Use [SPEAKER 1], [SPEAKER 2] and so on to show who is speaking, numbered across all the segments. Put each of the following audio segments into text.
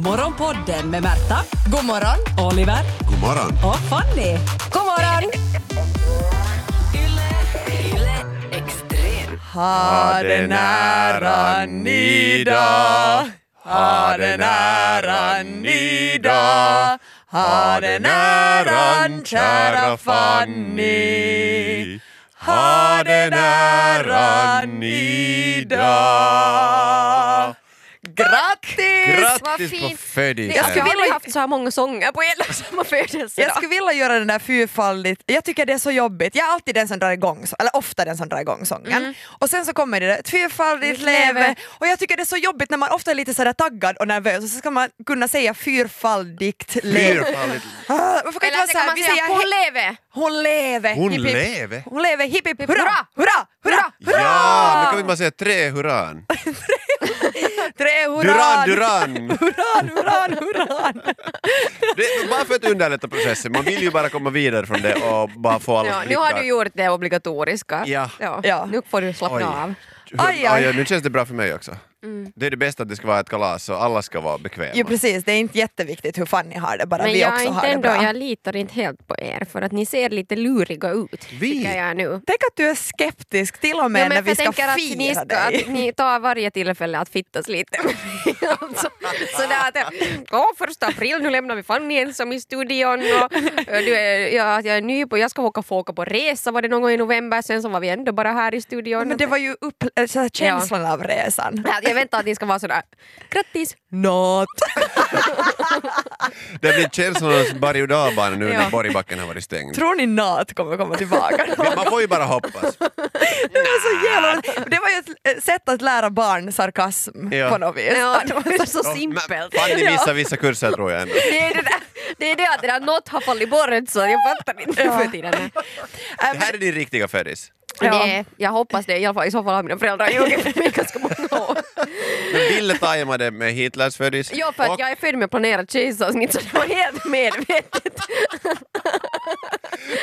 [SPEAKER 1] Morgonpodden med Märta,
[SPEAKER 2] God morgon!
[SPEAKER 1] Oliver
[SPEAKER 3] God morgon.
[SPEAKER 1] och Fanny.
[SPEAKER 2] God morgon! Ha den äran Nida Ha den äran Nida Ha den äran kära Fanny Ha den äran Nida Grattis!
[SPEAKER 4] Grattis
[SPEAKER 5] Vad
[SPEAKER 4] på
[SPEAKER 5] fint.
[SPEAKER 4] födelsedagen.
[SPEAKER 5] Jag skulle
[SPEAKER 2] Ja.
[SPEAKER 5] vilja haft så här många sånger på hela samma födelsedag.
[SPEAKER 2] Jag skulle vilja göra den där fyrfaldigt, jag tycker det är så jobbigt. Jag är alltid den som drar igång, så- eller ofta den som drar igång sången. Och sen så kommer det där, fyrfaldigt
[SPEAKER 5] Mitt leve.
[SPEAKER 2] leve. Och jag tycker det är så jobbigt när man ofta är lite sådär taggad och nervös och så ska man kunna säga fyrfaldigt leve.
[SPEAKER 4] Fyrfaldigt.
[SPEAKER 2] Ah, Varför kan
[SPEAKER 5] Eller
[SPEAKER 2] inte vara
[SPEAKER 5] så kan
[SPEAKER 2] såhär,
[SPEAKER 5] man
[SPEAKER 2] vi
[SPEAKER 5] säga
[SPEAKER 2] säger
[SPEAKER 5] hon
[SPEAKER 2] hej-
[SPEAKER 5] leve!
[SPEAKER 2] hon leve!
[SPEAKER 4] Hon
[SPEAKER 2] hipp, hipp.
[SPEAKER 4] leve.
[SPEAKER 2] Hon leve, hipp hipp
[SPEAKER 5] hurra,
[SPEAKER 2] hurra, hurra, hurra,
[SPEAKER 4] Ja, men kan vi inte bara säga tre hurran?
[SPEAKER 2] Tre hurra!
[SPEAKER 4] Duran, duran!
[SPEAKER 2] Hurran, hurran, hurran!
[SPEAKER 4] Det är bara för att underlätta processen, man vill ju bara komma vidare från det och bara få alla
[SPEAKER 5] Ja, nu
[SPEAKER 4] prickar.
[SPEAKER 5] har du gjort det obligatoriska.
[SPEAKER 4] Ja.
[SPEAKER 2] Ja.
[SPEAKER 5] Nu får du slappna
[SPEAKER 4] Oj.
[SPEAKER 5] av.
[SPEAKER 2] Aj,
[SPEAKER 4] Aj,
[SPEAKER 2] aj.
[SPEAKER 4] nu känns det bra för mig också. Det är det bästa att det ska vara ett kalas och alla ska vara bekväma.
[SPEAKER 2] Jo precis, det är inte jätteviktigt hur Fanny har det, bara
[SPEAKER 5] Men
[SPEAKER 2] vi
[SPEAKER 5] jag, är
[SPEAKER 2] också har
[SPEAKER 5] inte
[SPEAKER 2] det
[SPEAKER 5] ändå,
[SPEAKER 2] bra.
[SPEAKER 5] jag litar inte helt på er för att ni ser lite luriga ut.
[SPEAKER 4] Vi?
[SPEAKER 5] Tycker jag nu.
[SPEAKER 2] Tänk att du är skeptisk till och med
[SPEAKER 5] Ja,
[SPEAKER 2] när
[SPEAKER 5] men
[SPEAKER 2] vi
[SPEAKER 5] jag
[SPEAKER 2] ska
[SPEAKER 5] tänker
[SPEAKER 2] fira
[SPEAKER 5] att ni, ska,
[SPEAKER 2] dig.
[SPEAKER 5] att ni tar varje tillfälle att fittas lite. alltså, sådär att, åh, första april, nu lämnar vi Fanny ensam i studion. Och, eh, du är, ja, att jag är ny på, jag ska åka, få åka på resa var det någon gång i november, sen så var vi ändå bara här i studion.
[SPEAKER 2] Men det var ju upp, äh, så här, känslan av resan.
[SPEAKER 5] Ja, Jag väntar att ni ska vara sådär, grattis!
[SPEAKER 2] Not.
[SPEAKER 4] Det blir känslornas berg och dalbana nu
[SPEAKER 5] Ja.
[SPEAKER 4] när Borgbacken har varit stängd.
[SPEAKER 2] Tror ni not kommer komma tillbaka?
[SPEAKER 4] Men man får ju bara hoppas.
[SPEAKER 2] det, var så jävla, det var ju ett eh, sätt att lära barn sarkasm
[SPEAKER 4] Ja.
[SPEAKER 2] på något vis.
[SPEAKER 5] Ja, det var så
[SPEAKER 4] Ja, men
[SPEAKER 5] simpelt.
[SPEAKER 4] Fanny
[SPEAKER 5] Ja.
[SPEAKER 4] missar vissa kurser tror jag ändå.
[SPEAKER 5] Det är det, där, det är det att det där något har fallit bort så jag fattar inte nu för tiden.
[SPEAKER 2] Äh,
[SPEAKER 4] Det
[SPEAKER 2] men-
[SPEAKER 4] här är din riktiga födis.
[SPEAKER 2] Ja.
[SPEAKER 5] Det, jag hoppas det, i alla fall i så fall har mina föräldrar ljugit för mig ganska många år.
[SPEAKER 4] Men Ville tajmade med Hitlers födis.
[SPEAKER 5] Ja, för att
[SPEAKER 4] och
[SPEAKER 5] jag är född med planerat kejsarsnitt så det var helt medvetet.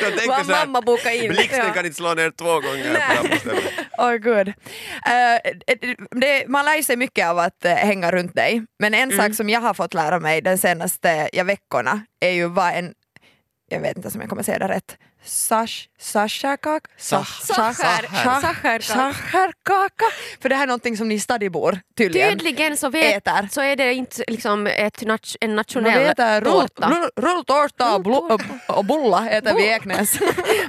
[SPEAKER 4] jag tänkte
[SPEAKER 5] vad
[SPEAKER 4] så här,
[SPEAKER 5] mamma bokade in.
[SPEAKER 4] Blixten
[SPEAKER 5] Ja.
[SPEAKER 4] kan inte slå ner två gånger
[SPEAKER 5] Nej.
[SPEAKER 4] på samma ställe.
[SPEAKER 2] Åh gud. Oh, Eh, eh, det, man lär ju sig mycket av att eh, hänga runt dig. Men
[SPEAKER 5] Mm.
[SPEAKER 2] en sak som jag har fått lära mig de senaste ja, veckorna är ju vad en, jag vet inte om jag kommer säga det rätt, Sash, Sashakak?
[SPEAKER 4] Sach-
[SPEAKER 5] Sacher- Sacherkaka.
[SPEAKER 2] Sacherkaka. För det här är någonting som ni stadibor tydligen.
[SPEAKER 5] Tydligen så, vet,
[SPEAKER 2] Äter.
[SPEAKER 5] så är det inte liksom ett, nat- en
[SPEAKER 2] Vi
[SPEAKER 5] nationell
[SPEAKER 2] äter rull-
[SPEAKER 5] tårta.
[SPEAKER 2] rull- rulltårta och blo-
[SPEAKER 5] Rulltårta.
[SPEAKER 2] och bulla äter vi
[SPEAKER 5] Bulla.
[SPEAKER 2] i Eknäs.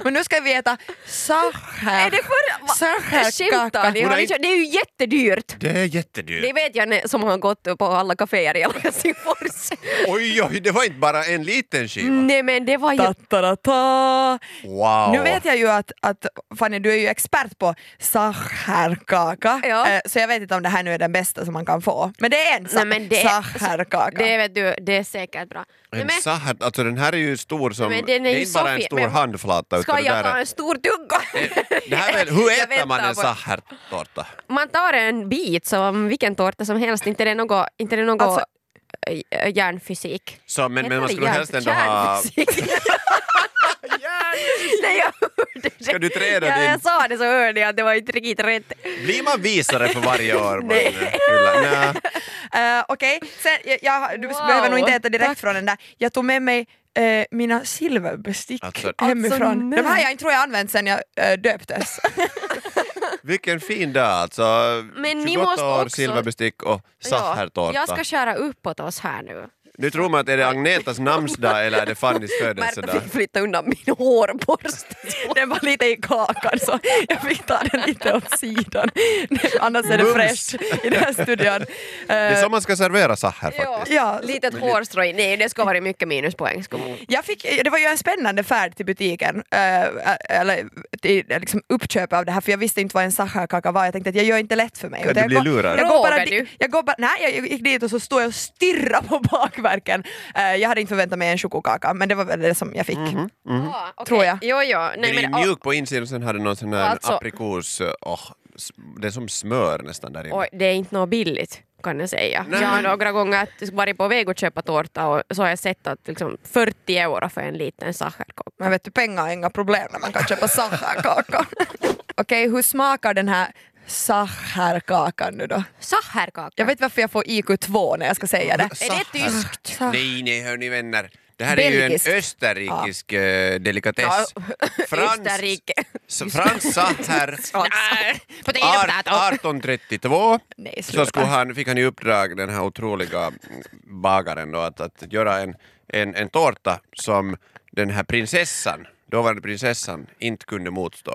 [SPEAKER 2] Men nu ska vi äta sacher...
[SPEAKER 5] Är det för... va- Skämtar ni?
[SPEAKER 2] sacherkaka.
[SPEAKER 5] Har ni kört- Det är ju jättedyrt.
[SPEAKER 4] Det är jättedyrt.
[SPEAKER 5] Det vet jag ne- som har gått på alla kaféer i hela Helsingfors.
[SPEAKER 4] Oj, oj, det var inte bara en liten skiva.
[SPEAKER 5] Nej men det var ju...
[SPEAKER 2] Ta-ta-ta.
[SPEAKER 4] Wow.
[SPEAKER 2] Nu vet jag ju att, att Fanny, du är ju expert på sacherkaka,
[SPEAKER 5] Ja.
[SPEAKER 2] Eh, så jag vet inte om det här nu är den bästa som man kan få. Men det är en sa-
[SPEAKER 5] Nej, men det-
[SPEAKER 2] sacherkaka.
[SPEAKER 5] Det, vet du, det är säkert bra. Nej,
[SPEAKER 4] En
[SPEAKER 5] men,
[SPEAKER 4] sahar, alltså den här är ju stor som...
[SPEAKER 5] Men
[SPEAKER 4] det
[SPEAKER 5] den är
[SPEAKER 4] är
[SPEAKER 5] ju
[SPEAKER 4] inte bara en
[SPEAKER 5] Sofie-
[SPEAKER 4] stor
[SPEAKER 5] men-
[SPEAKER 4] handflata.
[SPEAKER 5] ska
[SPEAKER 4] utan
[SPEAKER 5] jag
[SPEAKER 4] det,
[SPEAKER 5] ta
[SPEAKER 4] där
[SPEAKER 5] en stor tugga?
[SPEAKER 4] är, det här är, väl- hur
[SPEAKER 5] Jag
[SPEAKER 4] äter man
[SPEAKER 5] väntar
[SPEAKER 4] en
[SPEAKER 5] på-
[SPEAKER 4] sahartårta?
[SPEAKER 5] Man tar en bit som vilken tårta som helst, inte det är något, inte det är något
[SPEAKER 2] Alltså-
[SPEAKER 5] eh, järnfysik.
[SPEAKER 4] Så, men, men
[SPEAKER 5] Heter
[SPEAKER 4] man
[SPEAKER 5] det
[SPEAKER 4] skulle
[SPEAKER 5] järn-
[SPEAKER 4] helst ändå ha...
[SPEAKER 5] kärnfysik? Nej, jag hörde det.
[SPEAKER 4] Ska du träda
[SPEAKER 5] ja,
[SPEAKER 4] din-
[SPEAKER 5] Jag sa det så hörde jag att det var inte riktigt rätt.
[SPEAKER 4] Blir man visare för varje år? man
[SPEAKER 5] Nej.
[SPEAKER 4] fyller? Nä.
[SPEAKER 2] Eh, Okej, Sen, jag, jag, du
[SPEAKER 5] Wow.
[SPEAKER 2] behöver nog inte äta direkt
[SPEAKER 5] Tack.
[SPEAKER 2] från den där. Jag tog med mig eh, mina silverbestick
[SPEAKER 4] Alltså-
[SPEAKER 2] hemifrån.
[SPEAKER 5] Alltså, nej.
[SPEAKER 2] De här jag inte tror jag använt sen jag eh, döptes.
[SPEAKER 4] Vilken fin dag alltså.
[SPEAKER 5] Men ni
[SPEAKER 4] 28
[SPEAKER 5] måste
[SPEAKER 4] år,
[SPEAKER 5] också-
[SPEAKER 4] silverbestick och
[SPEAKER 5] Ja,
[SPEAKER 4] sahartårta.
[SPEAKER 5] jag ska köra uppåt oss här nu.
[SPEAKER 4] Nu tror man att är det Agnetas namnsdag eller är det Fannys
[SPEAKER 5] Märta
[SPEAKER 4] födelsedag?
[SPEAKER 5] fick flytta undan min hårborste.
[SPEAKER 2] den var lite i kakan så jag fick ta den lite åt sidan. Annars är det
[SPEAKER 4] Mums.
[SPEAKER 2] fräscht i den här studion.
[SPEAKER 4] Det
[SPEAKER 2] Eh,
[SPEAKER 4] är så man ska servera sahar faktiskt.
[SPEAKER 2] Ja.
[SPEAKER 5] Litet hårstrå i. Nej, det ska vara mycket minuspoäng. Ska man.
[SPEAKER 2] Jag fick, det var ju en spännande färd till butiken, eh, eller till liksom uppköp av det här för jag visste inte vad en sacherkaka var. Jag tänkte att jag gör inte lätt för mig.
[SPEAKER 4] Kan
[SPEAKER 2] Utan
[SPEAKER 4] du
[SPEAKER 2] jag
[SPEAKER 4] bli
[SPEAKER 2] går-
[SPEAKER 4] lurad?
[SPEAKER 2] Jag, går bara
[SPEAKER 5] Frågar
[SPEAKER 2] di-
[SPEAKER 5] du?
[SPEAKER 2] jag, går bara, nej, jag gick dit och så står jag och stirrar på bakverken. Eh, jag hade inte förväntat mig en chokokaka men det var väl det som jag fick.
[SPEAKER 4] Mhm.
[SPEAKER 5] Ah, okej.
[SPEAKER 2] Mm. Tror jag.
[SPEAKER 5] Jo, jo. Nej,
[SPEAKER 4] Den är
[SPEAKER 5] men,
[SPEAKER 4] ju mjuk på insidan och sen har den någon sån här
[SPEAKER 5] Alltså-
[SPEAKER 4] aprikos... eh, åh, s- det är som smör nästan där inne.
[SPEAKER 5] Oj, det är inte något billigt kan jag säga.
[SPEAKER 4] Nej.
[SPEAKER 5] Jag har några gånger att- varit på väg att köpa tårta och så har jag sett att liksom 40 euro för en liten sacherkopp.
[SPEAKER 2] Men vet du, pengar är inga problem när man kan köpa sacherkaka. Okej, hur smakar den här Sacherkakan nu då.
[SPEAKER 5] Sacherkaka.
[SPEAKER 2] Jag vet varför jag får IQ2 när jag ska säga det.
[SPEAKER 5] Är det tyskt?
[SPEAKER 4] Nej, nej, hörni vänner. Det här
[SPEAKER 2] Belgisk.
[SPEAKER 4] är ju en österrikisk eh,
[SPEAKER 5] Ja,
[SPEAKER 4] delikatess. Frans,
[SPEAKER 5] Österrike.
[SPEAKER 4] s- Frans satt här
[SPEAKER 5] Nej, potato,
[SPEAKER 4] art-
[SPEAKER 5] potato.
[SPEAKER 4] 1832
[SPEAKER 2] Nej,
[SPEAKER 4] så skulle
[SPEAKER 2] sluta.
[SPEAKER 4] han, fick han i uppdrag, den här otroliga bagaren, då, att, att göra en, en, en tårta som den här prinsessan, dåvarande prinsessan, inte kunde motstå.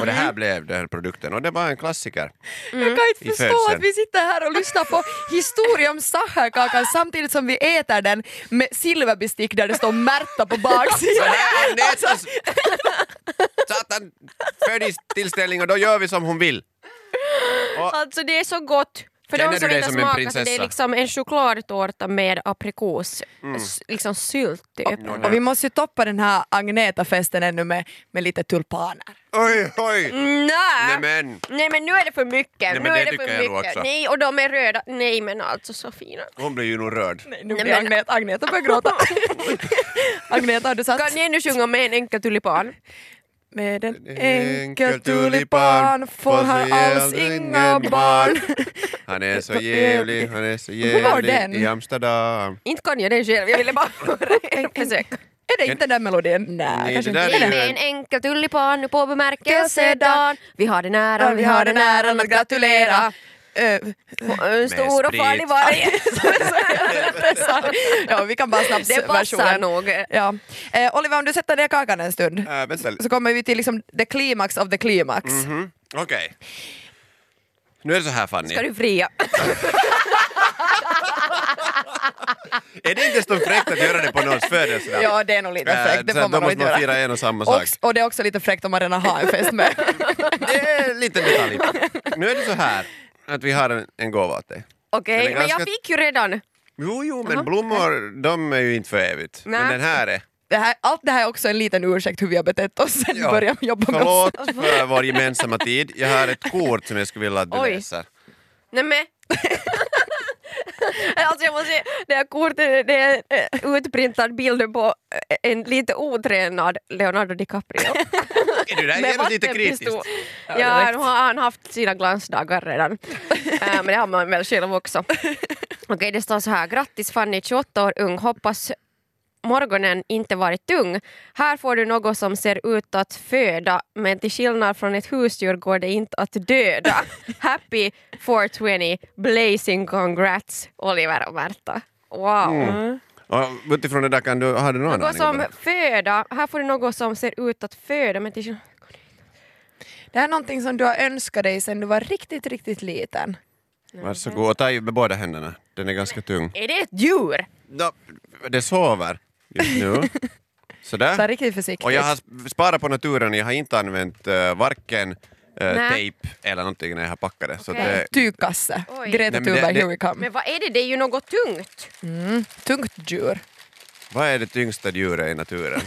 [SPEAKER 4] Och det här blev den här produkten och det var en klassiker.
[SPEAKER 5] Mm.
[SPEAKER 2] Jag kan
[SPEAKER 4] I
[SPEAKER 2] inte förstå
[SPEAKER 4] födseln.
[SPEAKER 2] att vi sitter här och lyssnar på historia om sacherkakan samtidigt som vi äter den med silverbestick där det står Märta på baksidan.
[SPEAKER 4] Nej, nej, alltså. Satan, födelsetillställning och då gör vi som hon vill.
[SPEAKER 5] Alltså det är så gott. För
[SPEAKER 4] Känner
[SPEAKER 5] de
[SPEAKER 4] du
[SPEAKER 5] som
[SPEAKER 4] dig
[SPEAKER 5] inte
[SPEAKER 4] som en
[SPEAKER 5] smakar så
[SPEAKER 4] prinsessa?
[SPEAKER 5] det är liksom en chokladtårta med aprikos,
[SPEAKER 4] Mm.
[SPEAKER 5] s- liksom sylt typ.
[SPEAKER 2] Och vi måste ju toppa den här Agneta-festen ännu med, med lite tulpaner.
[SPEAKER 4] Oj, oj!
[SPEAKER 5] Nej.
[SPEAKER 4] Nej men,
[SPEAKER 5] Nej men nu är det för mycket.
[SPEAKER 4] men
[SPEAKER 5] nu
[SPEAKER 4] det
[SPEAKER 5] är det
[SPEAKER 4] tycker
[SPEAKER 5] för
[SPEAKER 4] jag nog
[SPEAKER 5] mycket.
[SPEAKER 4] också.
[SPEAKER 5] Nej och de är röda. Nej men alltså så fina.
[SPEAKER 4] hon blir ju nog rörd.
[SPEAKER 2] Nej, nu
[SPEAKER 5] Nej,
[SPEAKER 2] blir
[SPEAKER 5] men-
[SPEAKER 2] Agneta, Agneta börjar gråta. Agneta, har du satt?
[SPEAKER 5] Kan ni ännu sjunga med en enkel tulipan?
[SPEAKER 2] Med en enkel
[SPEAKER 4] enkel
[SPEAKER 2] tulipan
[SPEAKER 4] tulipan
[SPEAKER 2] får han
[SPEAKER 4] får
[SPEAKER 2] alls
[SPEAKER 4] jag
[SPEAKER 2] inga
[SPEAKER 4] ingen
[SPEAKER 2] barn.
[SPEAKER 4] Han är så jävlig, han är så
[SPEAKER 2] var den?
[SPEAKER 4] jävlig i Amsterdam.
[SPEAKER 5] Inte kan jag det själv, jag ville bara höra er försöka.
[SPEAKER 2] Är det inte den melodin? Nej,
[SPEAKER 4] Nej,
[SPEAKER 2] kanske
[SPEAKER 4] det där
[SPEAKER 2] inte.
[SPEAKER 4] är
[SPEAKER 2] Är
[SPEAKER 4] ju-
[SPEAKER 2] det?
[SPEAKER 5] Med en enkel tulipan nu på bemärkelsedagen. Vi har den äran, vi har den äran att gratulera.
[SPEAKER 2] Eh,
[SPEAKER 5] Och En stor och
[SPEAKER 4] sprit.
[SPEAKER 5] farlig varg.
[SPEAKER 2] ja, vi kan bara snabbt
[SPEAKER 5] Det passar
[SPEAKER 2] versionen.
[SPEAKER 5] nog.
[SPEAKER 2] Ja. Eh, Oliver, om du sätter ner kakan en stund
[SPEAKER 4] Äh, vänta.
[SPEAKER 2] så kommer vi till liksom the climax of the climax.
[SPEAKER 4] Mhm, Okej. Nu är det så här Fanny.
[SPEAKER 5] Ska du fria?
[SPEAKER 4] Är det inte så fräckt att göra det på någons födelsedag?
[SPEAKER 2] Ja, det är nog lite
[SPEAKER 4] Äh,
[SPEAKER 2] fräckt. Det
[SPEAKER 4] så
[SPEAKER 2] får
[SPEAKER 4] då
[SPEAKER 2] man nog
[SPEAKER 4] måste
[SPEAKER 2] inte
[SPEAKER 4] man
[SPEAKER 2] göra.
[SPEAKER 4] fira en och samma
[SPEAKER 2] Och,
[SPEAKER 4] sak.
[SPEAKER 2] och det är också lite fräckt om man redan har en fest med.
[SPEAKER 4] Det är en liten detalj. Nu är det så här att vi har en, en gåva åt dig.
[SPEAKER 5] Okej,
[SPEAKER 4] Den är
[SPEAKER 5] men jag
[SPEAKER 4] ganska-
[SPEAKER 5] fick ju redan.
[SPEAKER 4] Jo, jo, men blommor, de är ju inte för evigt. Men
[SPEAKER 5] Nej.
[SPEAKER 4] den här är.
[SPEAKER 2] Det här, allt det här är också en liten ursäkt hur vi har betett oss sen vi
[SPEAKER 4] Ja.
[SPEAKER 2] började jobba med oss.
[SPEAKER 4] Förlåt för vår gemensamma tid. Jag har ett kort som jag skulle vilja att du
[SPEAKER 5] Oj.
[SPEAKER 4] läser.
[SPEAKER 5] Nej men. alltså jag måste säga, det här kortet det är eh, utprintad bild på eh, en lite otränad Leonardo DiCaprio.
[SPEAKER 4] Okej, Det där är lite kritiskt.
[SPEAKER 5] Ja,
[SPEAKER 2] Ja,
[SPEAKER 5] han
[SPEAKER 2] direkt.
[SPEAKER 5] har han har haft sina glansdagar redan. Eh, Men det har man väl själv också. Okej, det står så här. Grattis Fanny, 28 år ung. Hoppas morgonen inte varit tung. Här får du något som ser ut att föda men till skillnad från ett husdjur går det inte att döda. Happy 420, blazing congrats Oliver och Märta. Wow.
[SPEAKER 4] Och utifrån det där kan du, har du någon
[SPEAKER 5] Något
[SPEAKER 4] aning om
[SPEAKER 5] som
[SPEAKER 4] Mm. det?
[SPEAKER 5] föda, här får du något som ser ut att föda men till skillnad
[SPEAKER 2] Det här är någonting som du har önskat dig sen du var riktigt, riktigt liten.
[SPEAKER 4] Varsågod, och ta i med båda händerna. Den är ganska tung.
[SPEAKER 5] Är det ett djur?
[SPEAKER 4] Nå, Det sover just nu.
[SPEAKER 2] Så
[SPEAKER 4] Sådär.
[SPEAKER 2] riktigt försiktigt.
[SPEAKER 4] Och jag har sp- sparat på naturen, jag har inte använt eh, varken eh,
[SPEAKER 5] Nej.
[SPEAKER 4] tejp eller någonting när jag har packat det. Så
[SPEAKER 5] Okej.
[SPEAKER 4] det
[SPEAKER 2] Tygkasse.
[SPEAKER 5] Oj.
[SPEAKER 4] Nej,
[SPEAKER 2] Greta
[SPEAKER 4] men det-
[SPEAKER 2] Thunberg,
[SPEAKER 4] det-
[SPEAKER 2] here we come.
[SPEAKER 5] Men vad är det? Det är ju något tungt.
[SPEAKER 2] Tungt djur.
[SPEAKER 4] vad är det tyngsta djuret i naturen?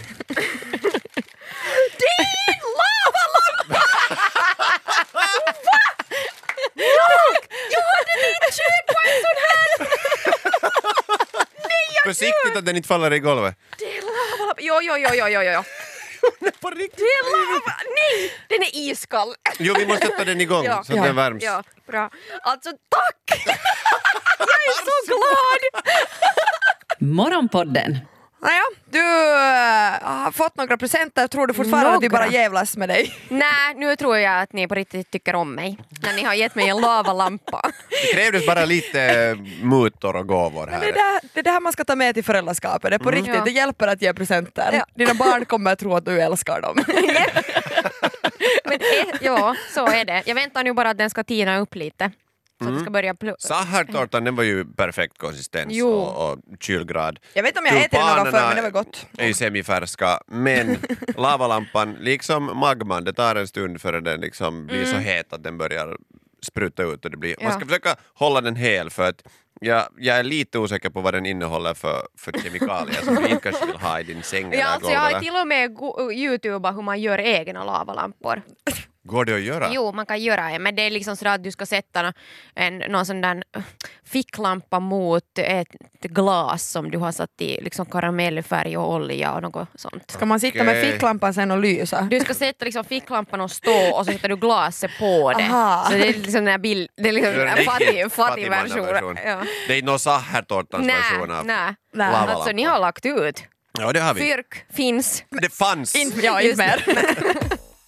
[SPEAKER 4] Försiktigt att den inte faller i golvet.
[SPEAKER 5] Det är lava. Jo, jo, jo, jo, jo, jo.
[SPEAKER 4] På riktigt?
[SPEAKER 5] Det är lava. Nej, den är iskall.
[SPEAKER 4] Jo, vi måste sätta den igång
[SPEAKER 5] Ja.
[SPEAKER 4] så att
[SPEAKER 2] Ja.
[SPEAKER 4] den värms.
[SPEAKER 5] Ja, bra. Alltså tack! Jag är så glad!
[SPEAKER 1] Morgonpodden
[SPEAKER 2] Naja, du äh, har fått några presenter. Tror du fortfarande att vi
[SPEAKER 5] Några?
[SPEAKER 2] bara jävlas med dig?
[SPEAKER 5] Nej, nu tror jag att ni på riktigt tycker om mig. När ni har gett mig en lavalampa.
[SPEAKER 4] Det krävdes bara lite eh, mutor och gåvor här.
[SPEAKER 2] Det är det, här, det är det här man ska ta med till föräldraskapet. Det är på riktigt.
[SPEAKER 5] Ja.
[SPEAKER 2] Det hjälper att ge presenter.
[SPEAKER 5] Ja.
[SPEAKER 2] Dina barn kommer att tro att du älskar dem.
[SPEAKER 5] Men eh, ja, så är det. Jag väntar nu bara att den ska tina upp lite. Så att det
[SPEAKER 4] Mm.
[SPEAKER 5] ska börja plö...
[SPEAKER 4] Sachertårtan den var ju perfekt konsistens
[SPEAKER 5] Jo.
[SPEAKER 4] och, och kylgrad.
[SPEAKER 2] Jag vet inte om jag ätit det någon gång förr,
[SPEAKER 4] Tulpanerna
[SPEAKER 2] men det var gott.
[SPEAKER 4] är ju semifärska, men lavalampan, liksom magman, det tar en stund före den liksom blir så het att den börjar spruta ut. Och det blir, Man ska
[SPEAKER 5] Mm. Ja.
[SPEAKER 4] försöka hålla den hel för att jag, jag är lite osäker på vad den innehåller för, för kemikalier som du inte kanske vill ha i din säng
[SPEAKER 5] Ja,
[SPEAKER 4] eller
[SPEAKER 5] alltså jag har
[SPEAKER 4] golv.
[SPEAKER 5] till och med go- youtubat hur man gör egna lavalampor.
[SPEAKER 4] Går det att göra?
[SPEAKER 5] Jo, man kan göra det, men det är liksom sådär att du ska sätta nå- en, någon sån där ficklampa mot ett glas som du har satt i liksom karamellfärg och olja och något sånt.
[SPEAKER 2] Ska man sitta med
[SPEAKER 4] Okej.
[SPEAKER 2] ficklampan sen och lysa?
[SPEAKER 5] Du ska sätta liksom ficklampan och stå och så sätter du glaset på det.
[SPEAKER 2] Aha.
[SPEAKER 5] Så det är liksom den här bild, det är liksom
[SPEAKER 4] Det är en
[SPEAKER 5] en fattig,
[SPEAKER 4] riktigt
[SPEAKER 5] fattig
[SPEAKER 4] fattigmannaversion.
[SPEAKER 5] version. Ja.
[SPEAKER 4] Det är inte någon sahertårtans version av
[SPEAKER 5] nej.
[SPEAKER 2] Nej.
[SPEAKER 4] lavalampa.
[SPEAKER 5] Alltså ni har lagt ut.
[SPEAKER 4] Ja, det har vi.
[SPEAKER 5] Fyrk finns.
[SPEAKER 4] Det fanns!
[SPEAKER 2] Inte, ja, inte
[SPEAKER 5] Just
[SPEAKER 2] mer.